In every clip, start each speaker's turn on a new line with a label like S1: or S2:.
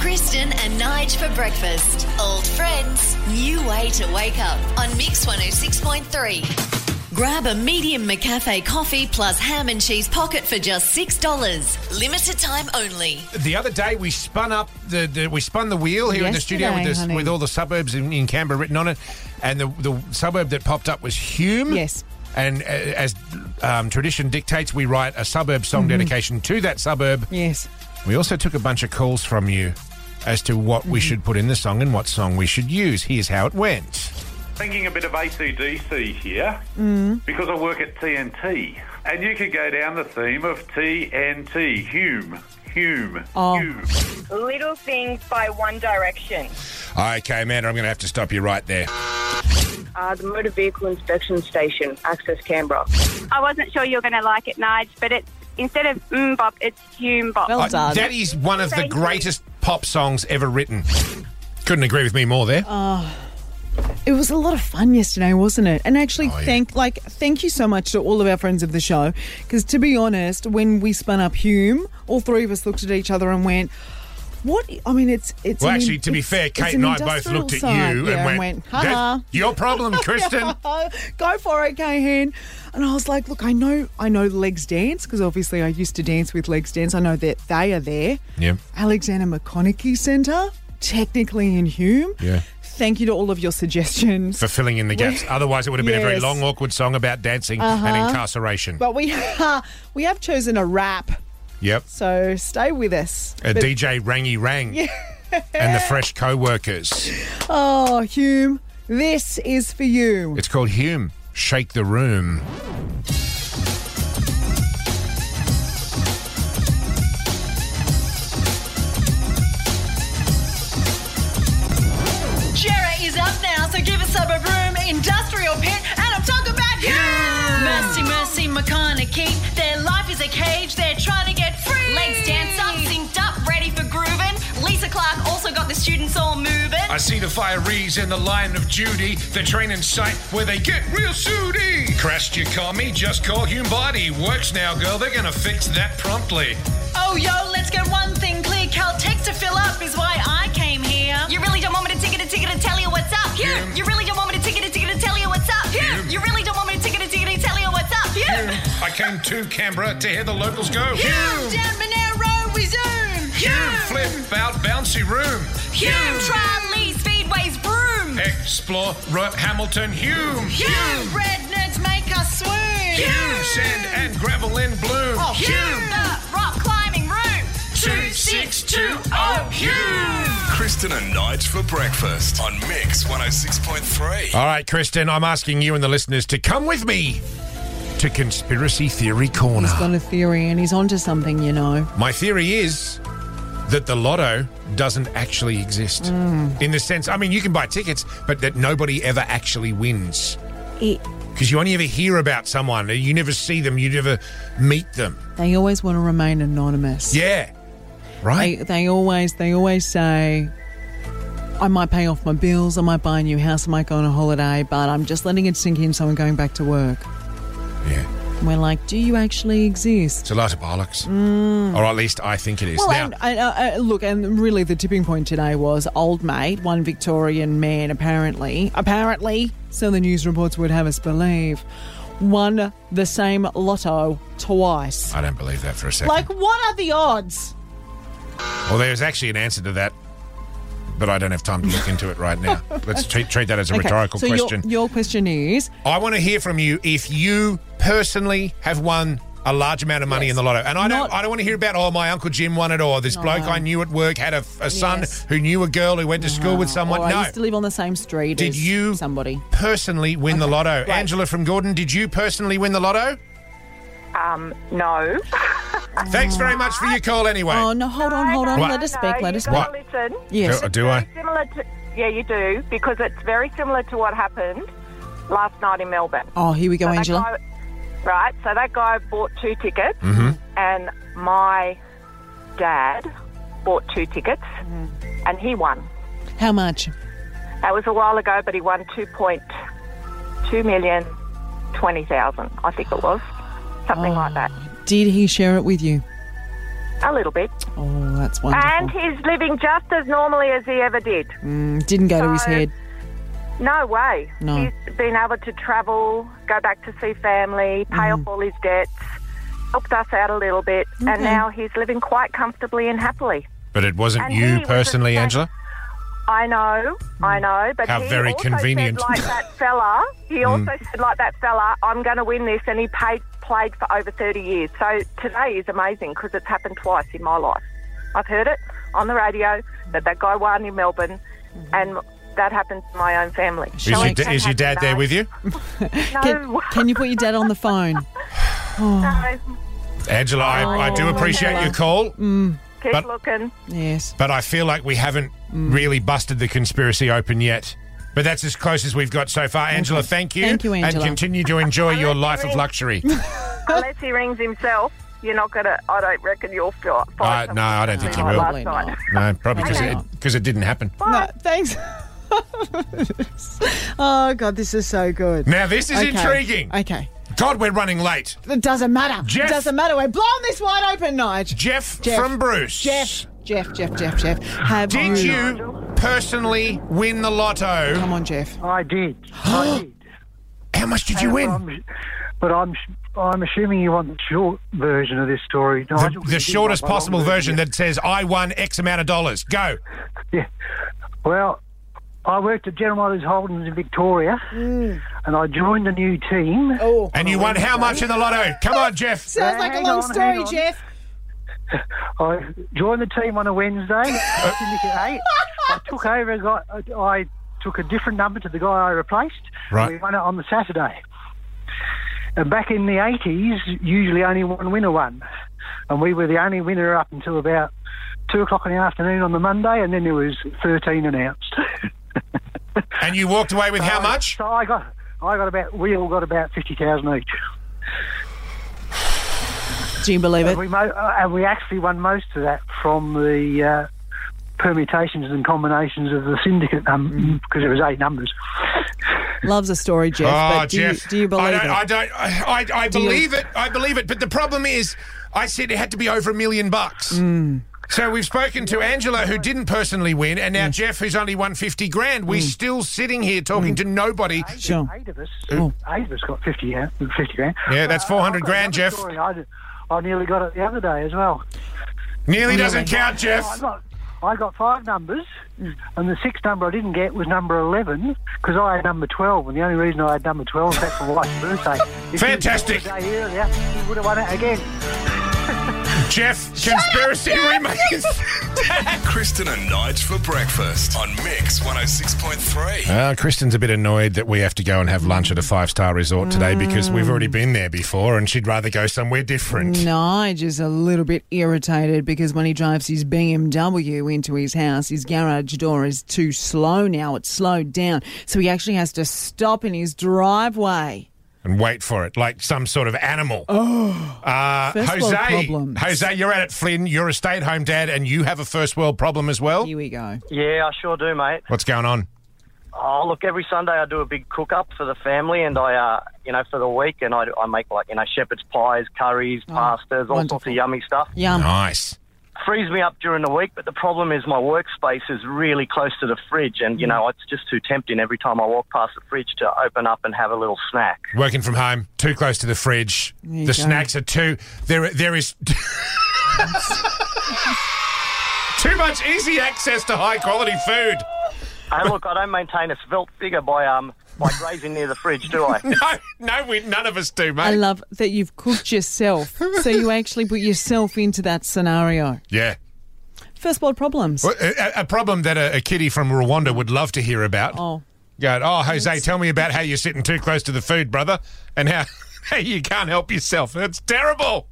S1: Kristen and Nige for breakfast. Old friends, new way to wake up on Mix 106.3. Grab a medium McCafe coffee plus ham and cheese pocket for just $6. Limited time only.
S2: The other day we spun up the, the we spun the wheel here in the studio with
S3: Yesterday,
S2: this,
S3: honey.
S2: with all the suburbs in, in Canberra written on it, and the the suburb that popped up was Hume.
S3: Yes.
S2: And uh, as um, tradition dictates, we write a suburb song
S3: Mm-hmm.
S2: dedication to that suburb.
S3: Yes.
S2: We also took a bunch of calls from you as to what
S3: Mm-hmm.
S2: we should put in the song and what song we should use. Here's how it went.
S4: thinking a bit of ACDC here because I work at TNT. And you could go down the theme of TNT, Hume, Hume,
S3: Oh.
S4: Hume.
S5: Little Things by One Direction.
S2: Okay, Amanda, I'm going to have to stop you right there.
S5: Uh, the Motor Vehicle Inspection Station, Access Canberra.
S6: I wasn't sure you were going to like it, Nige, but it's instead of mm bop, it's hume bop.
S3: Well done.
S2: Uh, that is one of the
S6: Thank you.
S2: greatest pop songs ever written. Couldn't agree with me more there.
S3: It was a lot of fun yesterday, wasn't it? And actually,
S2: Oh, yeah.
S3: thank like thank you so much to all of our friends of the show. Because to be honest, when we spun up Hume, all three of us looked at each other and went, "What?" I mean, it's it's.
S2: well,
S3: an in-
S2: actually, to be
S3: it's-
S2: fair,
S3: it's
S2: Kate
S3: an
S2: and I both
S3: industrial
S2: looked at
S3: site.
S2: you
S3: Yeah,
S2: and went,
S3: "Ha
S2: "That's your problem, Kristen."
S3: Go for it, Cahan. And I was like, look, I know, I know legs dance because obviously I used to dance with legs dance. I know that they are there.
S2: Yeah.
S3: Alexander McConaughey Centre, technically in Hume.
S2: Yeah.
S3: Thank you to all of your suggestions.
S2: For filling in the gaps. Otherwise, it would have been a very
S3: Yes. Uh-huh.
S2: long, awkward song about dancing and incarceration.
S3: But we we have chosen a rap,
S2: yep.
S3: so stay with us.
S2: A
S3: But-
S2: DJ Rangy Rang and the Fresh Co workers.
S3: oh, Hume, this is for you.
S2: It's called Hume. Shake the room.
S1: Jarrah is up now, so give us up a room, industrial pit, and I'm talking about you! Mercy, mercy, McConaughey. Their life is a cage, they're trying to get free. Legs dance up, synced up, ready for grooving. Lisa Clark also got the students all moving.
S2: I see the fireys in the line of duty. The train in sight where they get real sooty. Crashed you call me, just call Hume Body. Works now, girl. They're gonna fix that promptly.
S1: Oh, yo, let's get one thing clear. Caltech to fill up is why I came here. You really don't want me to ticket a ticket and tell you what's up? Here. You really don't want me to ticket a ticket and tell you what's up? Here. You really don't want me to ticket a ticket and tell you what's up? Here.
S2: I came to Canberra to hear the locals go.
S1: Hume. Down Monero, we zoom.
S2: Hume, flip out bouncy room.
S1: Hume. Trolley, speedways, broom.
S2: Explore Ro- Hamilton Hume.
S1: Hume. Red nerds make us swoon.
S2: Hume, sand and gravel in bloom.
S1: Oh, Hume. The rock climbing room.
S2: 2620 Oh, Hume.
S7: Kristen and Nige for breakfast on Mix 106.3.
S2: All right, Kristen, I'm asking you and the listeners to come with me to Conspiracy Theory Corner.
S3: He's got a theory and he's onto something, you know.
S2: My theory is that the lotto doesn't actually exist.
S3: Mm.
S2: In the sense, I mean, you can buy tickets, but that nobody ever actually wins.
S3: It,
S2: Because you only ever hear about someone, you never see them, you never meet them.
S3: they always want to remain anonymous.
S2: Yeah.
S3: They,
S2: Right?
S3: they always they always say, I might pay off my bills, I might buy a new house, I might go on a holiday, but I'm just letting it sink in, so I'm going back to work.
S2: yeah.
S3: And we're like, do you actually exist?
S2: It's a lot of bollocks. Or at least I think it is.
S3: Mm. Well,
S2: now,
S3: and, and, uh, uh, look, and really the tipping point today was old mate, one Victorian man, apparently, apparently, so the news reports would have us believe, won the same lotto twice.
S2: I don't believe that for a second.
S3: Like, what are the odds?
S2: Well, there's actually an answer to that, but I don't have time to look into it right now. Let's treat, treat that as a rhetorical
S3: so your-
S2: question.
S3: Your, question is,
S2: I want to hear from you if you personally have won a large amount of money in the lotto. And I don't
S3: Not-
S2: I don't want to hear about oh my uncle Jim won it or this bloke I knew at work had a, a son
S3: Yes.
S2: who knew a girl who went to school with
S3: Oh,
S2: someone.
S3: or I
S2: no.
S3: used to live on the same street
S2: Did
S3: as
S2: you
S3: somebody.
S2: personally win the lotto? Angela from Gordon, did you personally win the lotto?
S5: Um, no.
S2: Thanks very much for your call anyway.
S3: Oh, no, hold on, hold on.
S2: What?
S3: Let us speak, let us speak.
S5: you
S2: What?
S5: got to listen.
S3: Yes.
S2: Do, do I?
S5: Similar to, yeah, you do, because it's very similar to what happened last night in Melbourne.
S3: Oh, here we go,
S5: So that
S3: Angela.
S5: guy- right, so that guy bought two tickets, and my dad bought two tickets, and he won.
S3: How much?
S5: That was a while ago, but he won two point two million
S3: Oh,
S5: twenty thousand, I think it was, something like that.
S3: Did he share it with you?
S5: A little bit.
S3: Oh, that's
S5: And
S3: wonderful.
S5: he's living just as normally as he ever did.
S3: Didn't go to his
S5: so-
S3: head.
S5: No way.
S3: No.
S5: He's been able to travel, go back to see family, pay
S3: Mm.
S5: off all his debts, helped us out a little bit, and now he's living quite comfortably and happily.
S2: But it wasn't
S5: And
S2: you
S5: he was
S2: personally,
S5: a-
S2: Angela?
S5: I know, I know, but
S2: Mm. How
S5: he
S2: very
S5: also
S2: convenient. Mm.
S5: Said like that fella, he also said like that fella, I'm going to win this, and he paid, played for over 30 years. So today is amazing because it's happened twice in my life. I've heard it on the radio that that guy won in Melbourne,
S2: Mm-hmm.
S5: and that happened to my own family.
S2: Is your,
S3: I-
S2: da- is your dad there with you?
S5: No,
S3: Can, can you put your dad on the phone?
S5: no,
S2: Angela, I,
S3: Oh,
S2: I do appreciate your call,
S5: keep
S2: But-
S5: looking.
S3: Yes.
S2: but I feel like we haven't
S3: Mm.
S2: really busted the conspiracy open yet. But that's as close as we've got so far. Angela, thank you.
S3: Thank you,
S2: And
S3: Angela.
S2: continue to enjoy your life of
S5: ring.
S2: luxury.
S5: Unless he rings himself, you're not going to, I don't reckon you'll feel.
S2: Uh,
S5: find
S2: no, I don't think you will.
S5: something
S3: Probably
S5: like last night.
S3: not.
S2: No, probably because
S3: Okay.
S2: it, 'cause it didn't happen.
S3: No, thanks. oh, God, this is so good.
S2: Now, this is
S3: Okay.
S2: intriguing.
S3: Okay.
S2: God, we're running late.
S3: It doesn't matter.
S2: Jeff.
S3: It doesn't matter. We're blowing this wide open, Nige.
S2: Jeff,
S3: Jeff.
S2: from Bruce.
S3: Jeff, Jeff, Jeff, Jeff, Jeff. Have
S2: Did
S5: Nigel.
S2: you personally win the lotto?
S3: Come on, Jeff.
S5: Oh.
S8: I did. I did.
S2: How much did you win?
S8: I'm- but I'm I'm assuming you want the short version of this story,
S2: The,
S8: Nigel.
S2: the shortest possible version that says, I won X amount of dollars. Go.
S8: Yeah. Well, I worked at General Motors Holdings in Victoria, and I joined a new team.
S3: Oh,
S2: And you won how much in the lotto? Come on, Jeff.
S3: sounds like a
S8: Hang
S3: long
S8: on,
S3: story,
S8: hang on.
S3: Jeff.
S8: I joined the team on a Wednesday, Syndicate Eight. I took over. Got I took a different number to the guy I replaced.
S2: Right.
S8: We won it on the Saturday. And back in the eighties, usually only one winner won, and we were the only winner up until about two o'clock in the afternoon on the Monday, and then there was thirteen announced.
S2: And you walked away with how much?
S8: So I got, I got about. We all got about fifty thousand each.
S3: Do you believe it?
S8: We mo- uh, and we actually won most of that from the uh, permutations and combinations of the syndicate num-
S2: Mm.
S8: because it was eight numbers.
S3: Loves a story, Jeff.
S2: Oh,
S3: but do,
S2: Jeff.
S3: you, do you believe
S2: I don't,
S3: it?
S2: I don't. I, I, I
S3: you-
S2: believe it. I believe it. But the problem is, I said it had to be over a million bucks.
S3: Hmm.
S2: So we've spoken to Angela, who didn't personally win, and now Jeff, who's only won fifty grand.
S3: Hmm.
S2: We're still sitting here talking to nobody.
S3: sure.
S8: Eight of us, eight of us got 50, yeah, 50 grand.
S2: Yeah, that's
S8: Uh,
S2: four hundred
S8: I've got
S2: grand,
S8: another
S2: Jeff.
S8: story. I, did- I nearly got it the other day as well.
S2: Nearly doesn't count, Jeff.
S8: I got, I got five numbers, and the sixth number I didn't get was number 11 because I had number 12, and the only reason I had number 12 is that's my wife's birthday. If
S2: Fantastic.
S8: He was a day earlier, he would have won it again.
S2: Jeff, conspiracy remains.
S7: Kristen and Nige for breakfast on Mix 106.3.
S2: Uh, Kristen's a bit annoyed that we have to go and have lunch at a five star resort today because we've already been there before and she'd rather go somewhere different.
S3: Nige is a little bit irritated because when he drives his BMW into his house, his garage door is too slow now. It's slowed down. So he actually has to stop in his driveway.
S2: and wait for it like some sort of animal. Oh, uh,
S3: First world
S2: Jose,
S3: problems.
S2: Jose, you're at it, Flynn. You're a stay at home dad and you have a first world problem as well.
S3: Here we go.
S9: Yeah, I sure do, mate.
S2: What's going on?
S9: Oh, look, every Sunday I do a big cook up for the family, and I, uh, you know, for the week, and I, I make like you know shepherd's pies, curries,
S8: Oh,
S9: pastas, all sorts
S3: wonderful.
S9: of yummy stuff.
S3: Yum.
S2: Nice.
S9: Frees me up during the week, but the problem is my workspace is really close to the fridge, and you know it's just too tempting every time I walk past the fridge to open up and have a little snack.
S2: Working from home, too close to the fridge.
S3: you
S2: The
S3: go.
S2: snacks are too. There, there is. Too much easy access to high quality food.
S9: Hey, look, I don't maintain a svelte figure by um by grazing near the fridge, do I?
S2: No, no, we none of us do, mate.
S3: I love that you've cooked yourself. so you actually put yourself into that scenario.
S2: yeah,
S3: First world problems.
S2: Well, a, a- a problem that a, a kiddie from Rwanda would love to hear about.
S3: Oh.
S2: Go, oh, Jose, tell me about how you're sitting too close to the food, brother, and how, how you can't help yourself. It's terrible.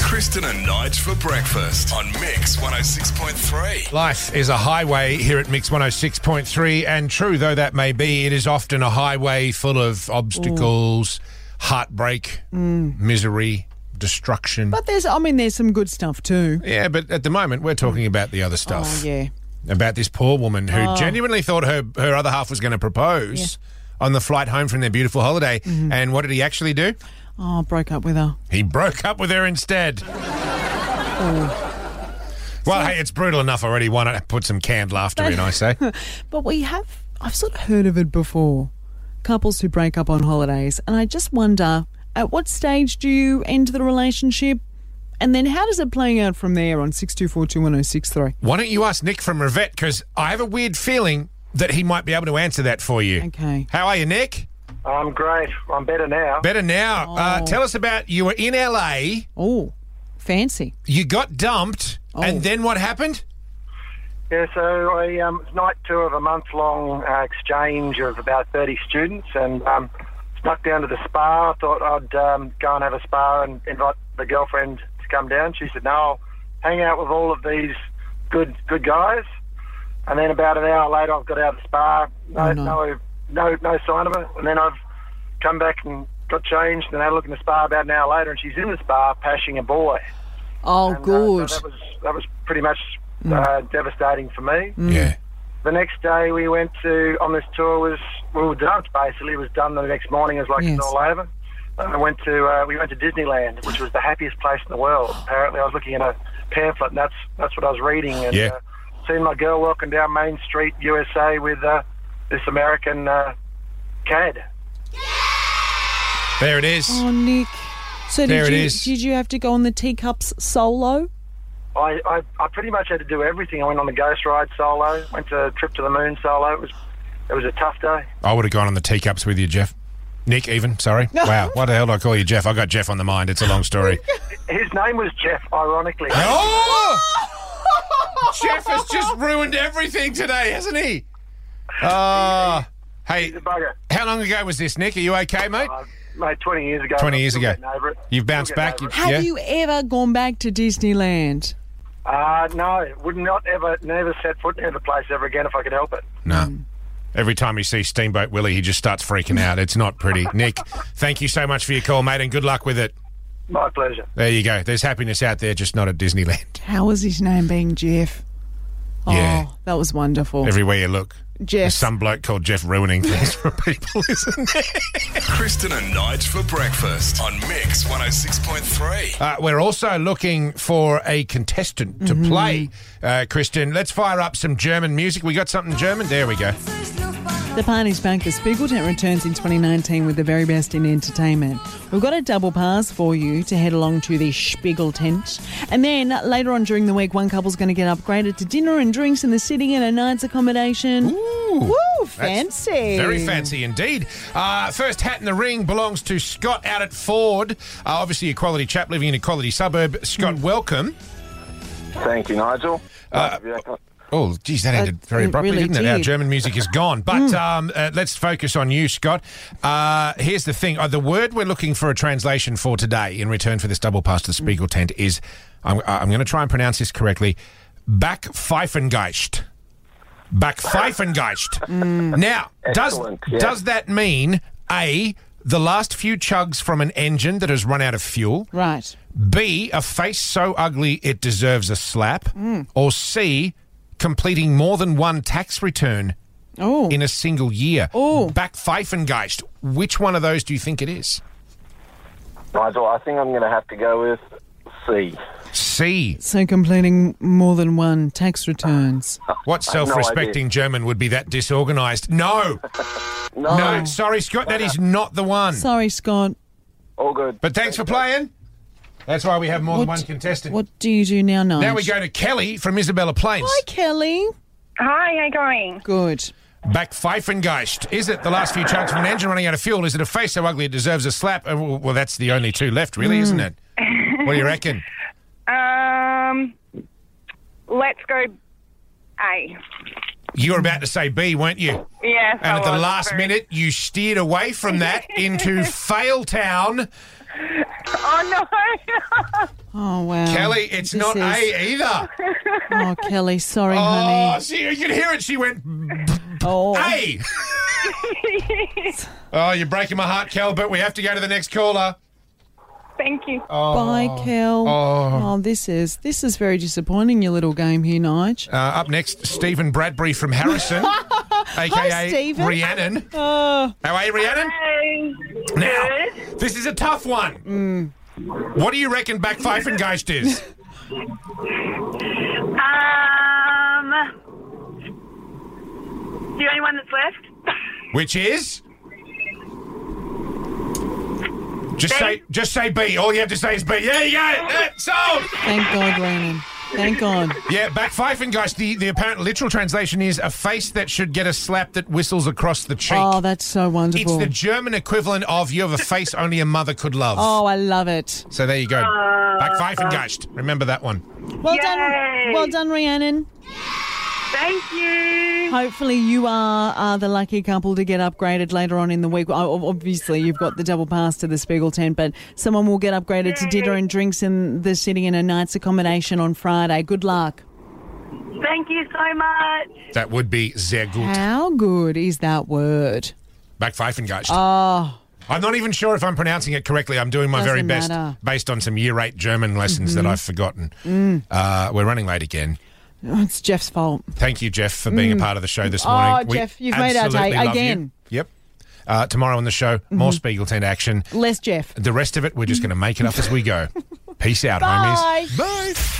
S7: Kristen and Nige for breakfast on Mix 106.3.
S2: Life is a highway here at Mix 106.3, and true though that may be, it is often a highway full of obstacles,
S3: Mm.
S2: heartbreak, misery, destruction.
S3: But there's, I mean, there's some good stuff too.
S2: yeah, but at the moment, we're talking about the other stuff.
S3: Oh, yeah.
S2: about this poor woman who
S3: Oh.
S2: genuinely thought her, her other half was going to propose on the flight home from their beautiful holiday.
S3: Mm-hmm.
S2: And what did he actually do?
S3: Oh, broke up with her.
S2: He broke up with her instead. Well, hey, it's brutal enough already. Why not put some canned laughter in, I say?
S3: But we have, I've sort of heard of it before couples who break up on holidays. And I just wonder at what stage do you end the relationship? And then how does it play out from there on 62421063?
S2: Why don't you ask Nick from Rivet? Because I have a weird feeling that he might be able to answer that for you.
S3: Okay.
S2: How are you, Nick?
S9: I'm great. I'm better now.
S2: Better now. Uh,
S3: Oh.
S2: tell us about you were in LA,
S3: Oh, fancy.
S2: you got dumped,
S3: Oh.
S2: and then what happened?
S9: Yeah, so I um, it's night two of a month long uh, exchange of about 30 students and um, snuck down to the spa. Thought I'd um, go and have a spa and invite the girlfriend to come down. She said, No, I'll hang out with all of these good good guys. And then about an hour later, I've got out of the spa. No,
S3: Oh, no.
S9: no. no, no, sign of her. And then I've come back and got changed and had a look in the spa about an hour later, and she's in the spa pashing a boy.
S3: Oh,
S9: And, uh, so
S3: good. Mm.
S9: that was that was pretty much uh, devastating for me
S2: Yeah.
S9: the next day we went to on this tour was we were dumped basically. It was done the next morning. It was like
S3: Yes.
S9: it's all over. And I went to uh, we went to Disneyland, which was the happiest place in the world. Apparently, I was looking at a pamphlet, and that's that's what I was reading. And
S2: Yeah.
S9: uh, seeing my girl walking down Main Street, USA, with uh, this American uh, cad.
S2: There it is.
S3: oh, Nick. So
S2: There
S3: did
S2: it
S3: you,
S2: is.
S3: did you have to go on the teacups solo?
S9: I, I, I pretty much had to do everything. I went on the ghost ride solo, went to a trip to the moon solo. It was it was a tough day.
S2: I would have gone on the teacups with you, Jeff. Nick, even. Sorry. Wow. Why the hell do I call you Jeff? I got Jeff on the mind. It's a long story.
S9: His name was Jeff, ironically.
S2: Oh! Jeff has just ruined everything today, hasn't he? Uh, hey,
S9: He's a bugger.
S2: how long ago was this, Nick? Are you okay, mate?
S9: Uh, mate, 20 years ago.
S2: 20
S9: I'm
S2: years
S9: still
S2: ago.
S9: getting over it.
S2: You've
S9: Still
S2: bounced
S9: getting
S2: back.
S9: over it.
S3: Have
S2: yeah?
S3: you ever gone back to Disneyland?
S9: Uh, no, would not ever, never set foot in the place ever again if I could help it.
S2: No. Every time you see Steamboat Willie, he just starts freaking out. It's not pretty. Nick, thank you so much for your call, mate, and good luck with it.
S9: My pleasure.
S2: There you go. There's happiness out there, just not at Disneyland.
S3: How was his name being Jeff?
S2: Yeah.
S3: Oh, that was wonderful.
S2: Everywhere you look,
S3: Jeff.
S2: there's some bloke called Jeff ruining things for people, isn't there?
S7: Kristen and Nige for breakfast on Mix 106.3.
S2: Uh, we're also looking for a contestant to play, uh, Kristen. Let's fire up some German music. We got something German? There we go.
S3: The party's back. The Spiegeltent returns in 2019 with the very best in entertainment. We've got a double pass for you to head along to the Spiegeltent. And then later on during the week, one couple's going to get upgraded to dinner and drinks in the city and a night's accommodation.
S2: Ooh,
S3: Woo,
S2: that's
S3: fancy.
S2: Very fancy indeed. Uh, first hat in the ring belongs to Scott out at Ford. Uh, obviously, a quality chap living in a quality suburb. Scott, welcome.
S9: Thank you, Nigel.
S2: Oh, geez, that ended very
S3: it
S2: abruptly,
S3: Uh, really
S2: didn't it? Our
S3: did. Mm.
S2: German music is gone. But um, uh, let's focus on you, Scott. Uh, here's the thing uh, the word we're looking for a translation for today in return for this double pass
S3: Mm.
S2: to the Spiegel tent is I'm, uh, I'm going to try and pronounce this correctly Backpfeifengeist. Backpfeifengeist.
S3: Mm.
S2: Now, does,
S9: Excellent, yeah.
S2: does that mean A, the last few chugs from an engine that has run out of fuel?
S3: Right.
S2: B, a face so ugly it deserves a slap.
S3: Hmm.
S2: Or C, completing more than one tax return
S3: Oh.
S2: in a single year.
S3: Ooh.
S2: Backpfeifengeist. Which one of those do you think it is?
S9: Nigel, I think I'm going to have to go with C.
S2: C.
S3: so completing more than one tax returns.
S2: What self respecting German would be that disorganized? No.
S9: No,
S2: No, sorry, Scott, that is not the one.
S3: Sorry, Scott.
S9: all good.
S2: But thanks for playing. That's why we have more than one contestant.
S3: What do you do now, Nige?
S2: Now we go to Kelly from Isabella Plains.
S3: Hi, Kelly.
S6: Hi, how you going?
S3: Good.
S2: Backpfeifengeist. Is it the last few chunks from an engine running out of fuel? Is it a face so ugly it deserves a slap? Uh, Well, well, that's the only two left, really, isn't it?
S6: Hmm.
S2: What do you reckon?
S6: Um, let's go A.
S2: You were about to say B, weren't you?
S6: Yes.
S2: And
S6: I
S2: at the
S6: was
S2: last
S6: very-
S2: minute, you steered away from that into Fail Town.
S6: Oh no!
S3: Oh, wow.
S2: Kelly, it's
S3: This
S2: not
S3: is-
S2: A either.
S3: Oh, Kelly, sorry,
S2: Oh,
S3: honey.
S2: see, you can hear it. She went
S3: Oh,
S2: A. oh, you're breaking my heart, Kel, but we have to go to the next caller.
S6: Thank you.
S3: bye, Kel. Oh. this is this is very disappointing. Your little game here, Nige.
S2: Uh, up next, Stephen Bradbury from Harrison, aka
S3: Stephen.
S2: Rhiannon.
S3: Oh,
S2: How are you, Rhiannon?
S6: Mm.
S2: Now, this is a tough one. What do you reckon Backpfeifengeist is?
S6: Um, the only one that's left.
S2: Which is? Just say, just say B. All you have to say is B. There you go. That's solved.
S3: Thank God, Ronan. Thank God.
S2: Yeah, back Pfeifengeist. The the apparent literal translation is a face that should get a slap that whistles across the cheek.
S3: Oh, that's so
S2: it's
S3: wonderful.
S2: the German equivalent of "You have a face only a mother could love."
S3: Oh, I love it.
S2: So there you go. Back Pfeifengeist. Remember that one.
S3: Well
S6: Yay.
S3: done. Well done, Rhiannon.
S6: Thank you.
S3: Hopefully, you are, are the lucky couple to get upgraded later on in the week. O- Obviously, you've got the double pass to the Spiegel tent, but someone will get upgraded to dinner and drinks in the city and a night's accommodation on Friday. Good luck.
S6: Thank you so much.
S2: That would be sehr gut.
S3: How good is that word?
S2: Back Pfeifengeist. Oh. I'm not even sure if I'm pronouncing it correctly. I'm doing my very
S3: Doesn't
S2: best
S3: matter. Mm-hmm.
S2: based on some year eight German lessons that I've forgotten.
S3: Mm.
S2: Uh, we're running late again.
S3: Oh, It's Jeff's fault.
S2: Thank you, Jeff, for being a part of the show this
S3: Oh,
S2: morning. We
S3: Jeff, you've made our
S2: absolutely
S3: day
S2: love you.
S3: again. Mm-hmm.
S2: Yep. Uh, tomorrow on the show, more Spiegel Tent action.
S3: Less Jeff.
S2: The rest of it, we're just going to make it up as we go. Peace out,
S3: Bye.
S2: homies. Bye.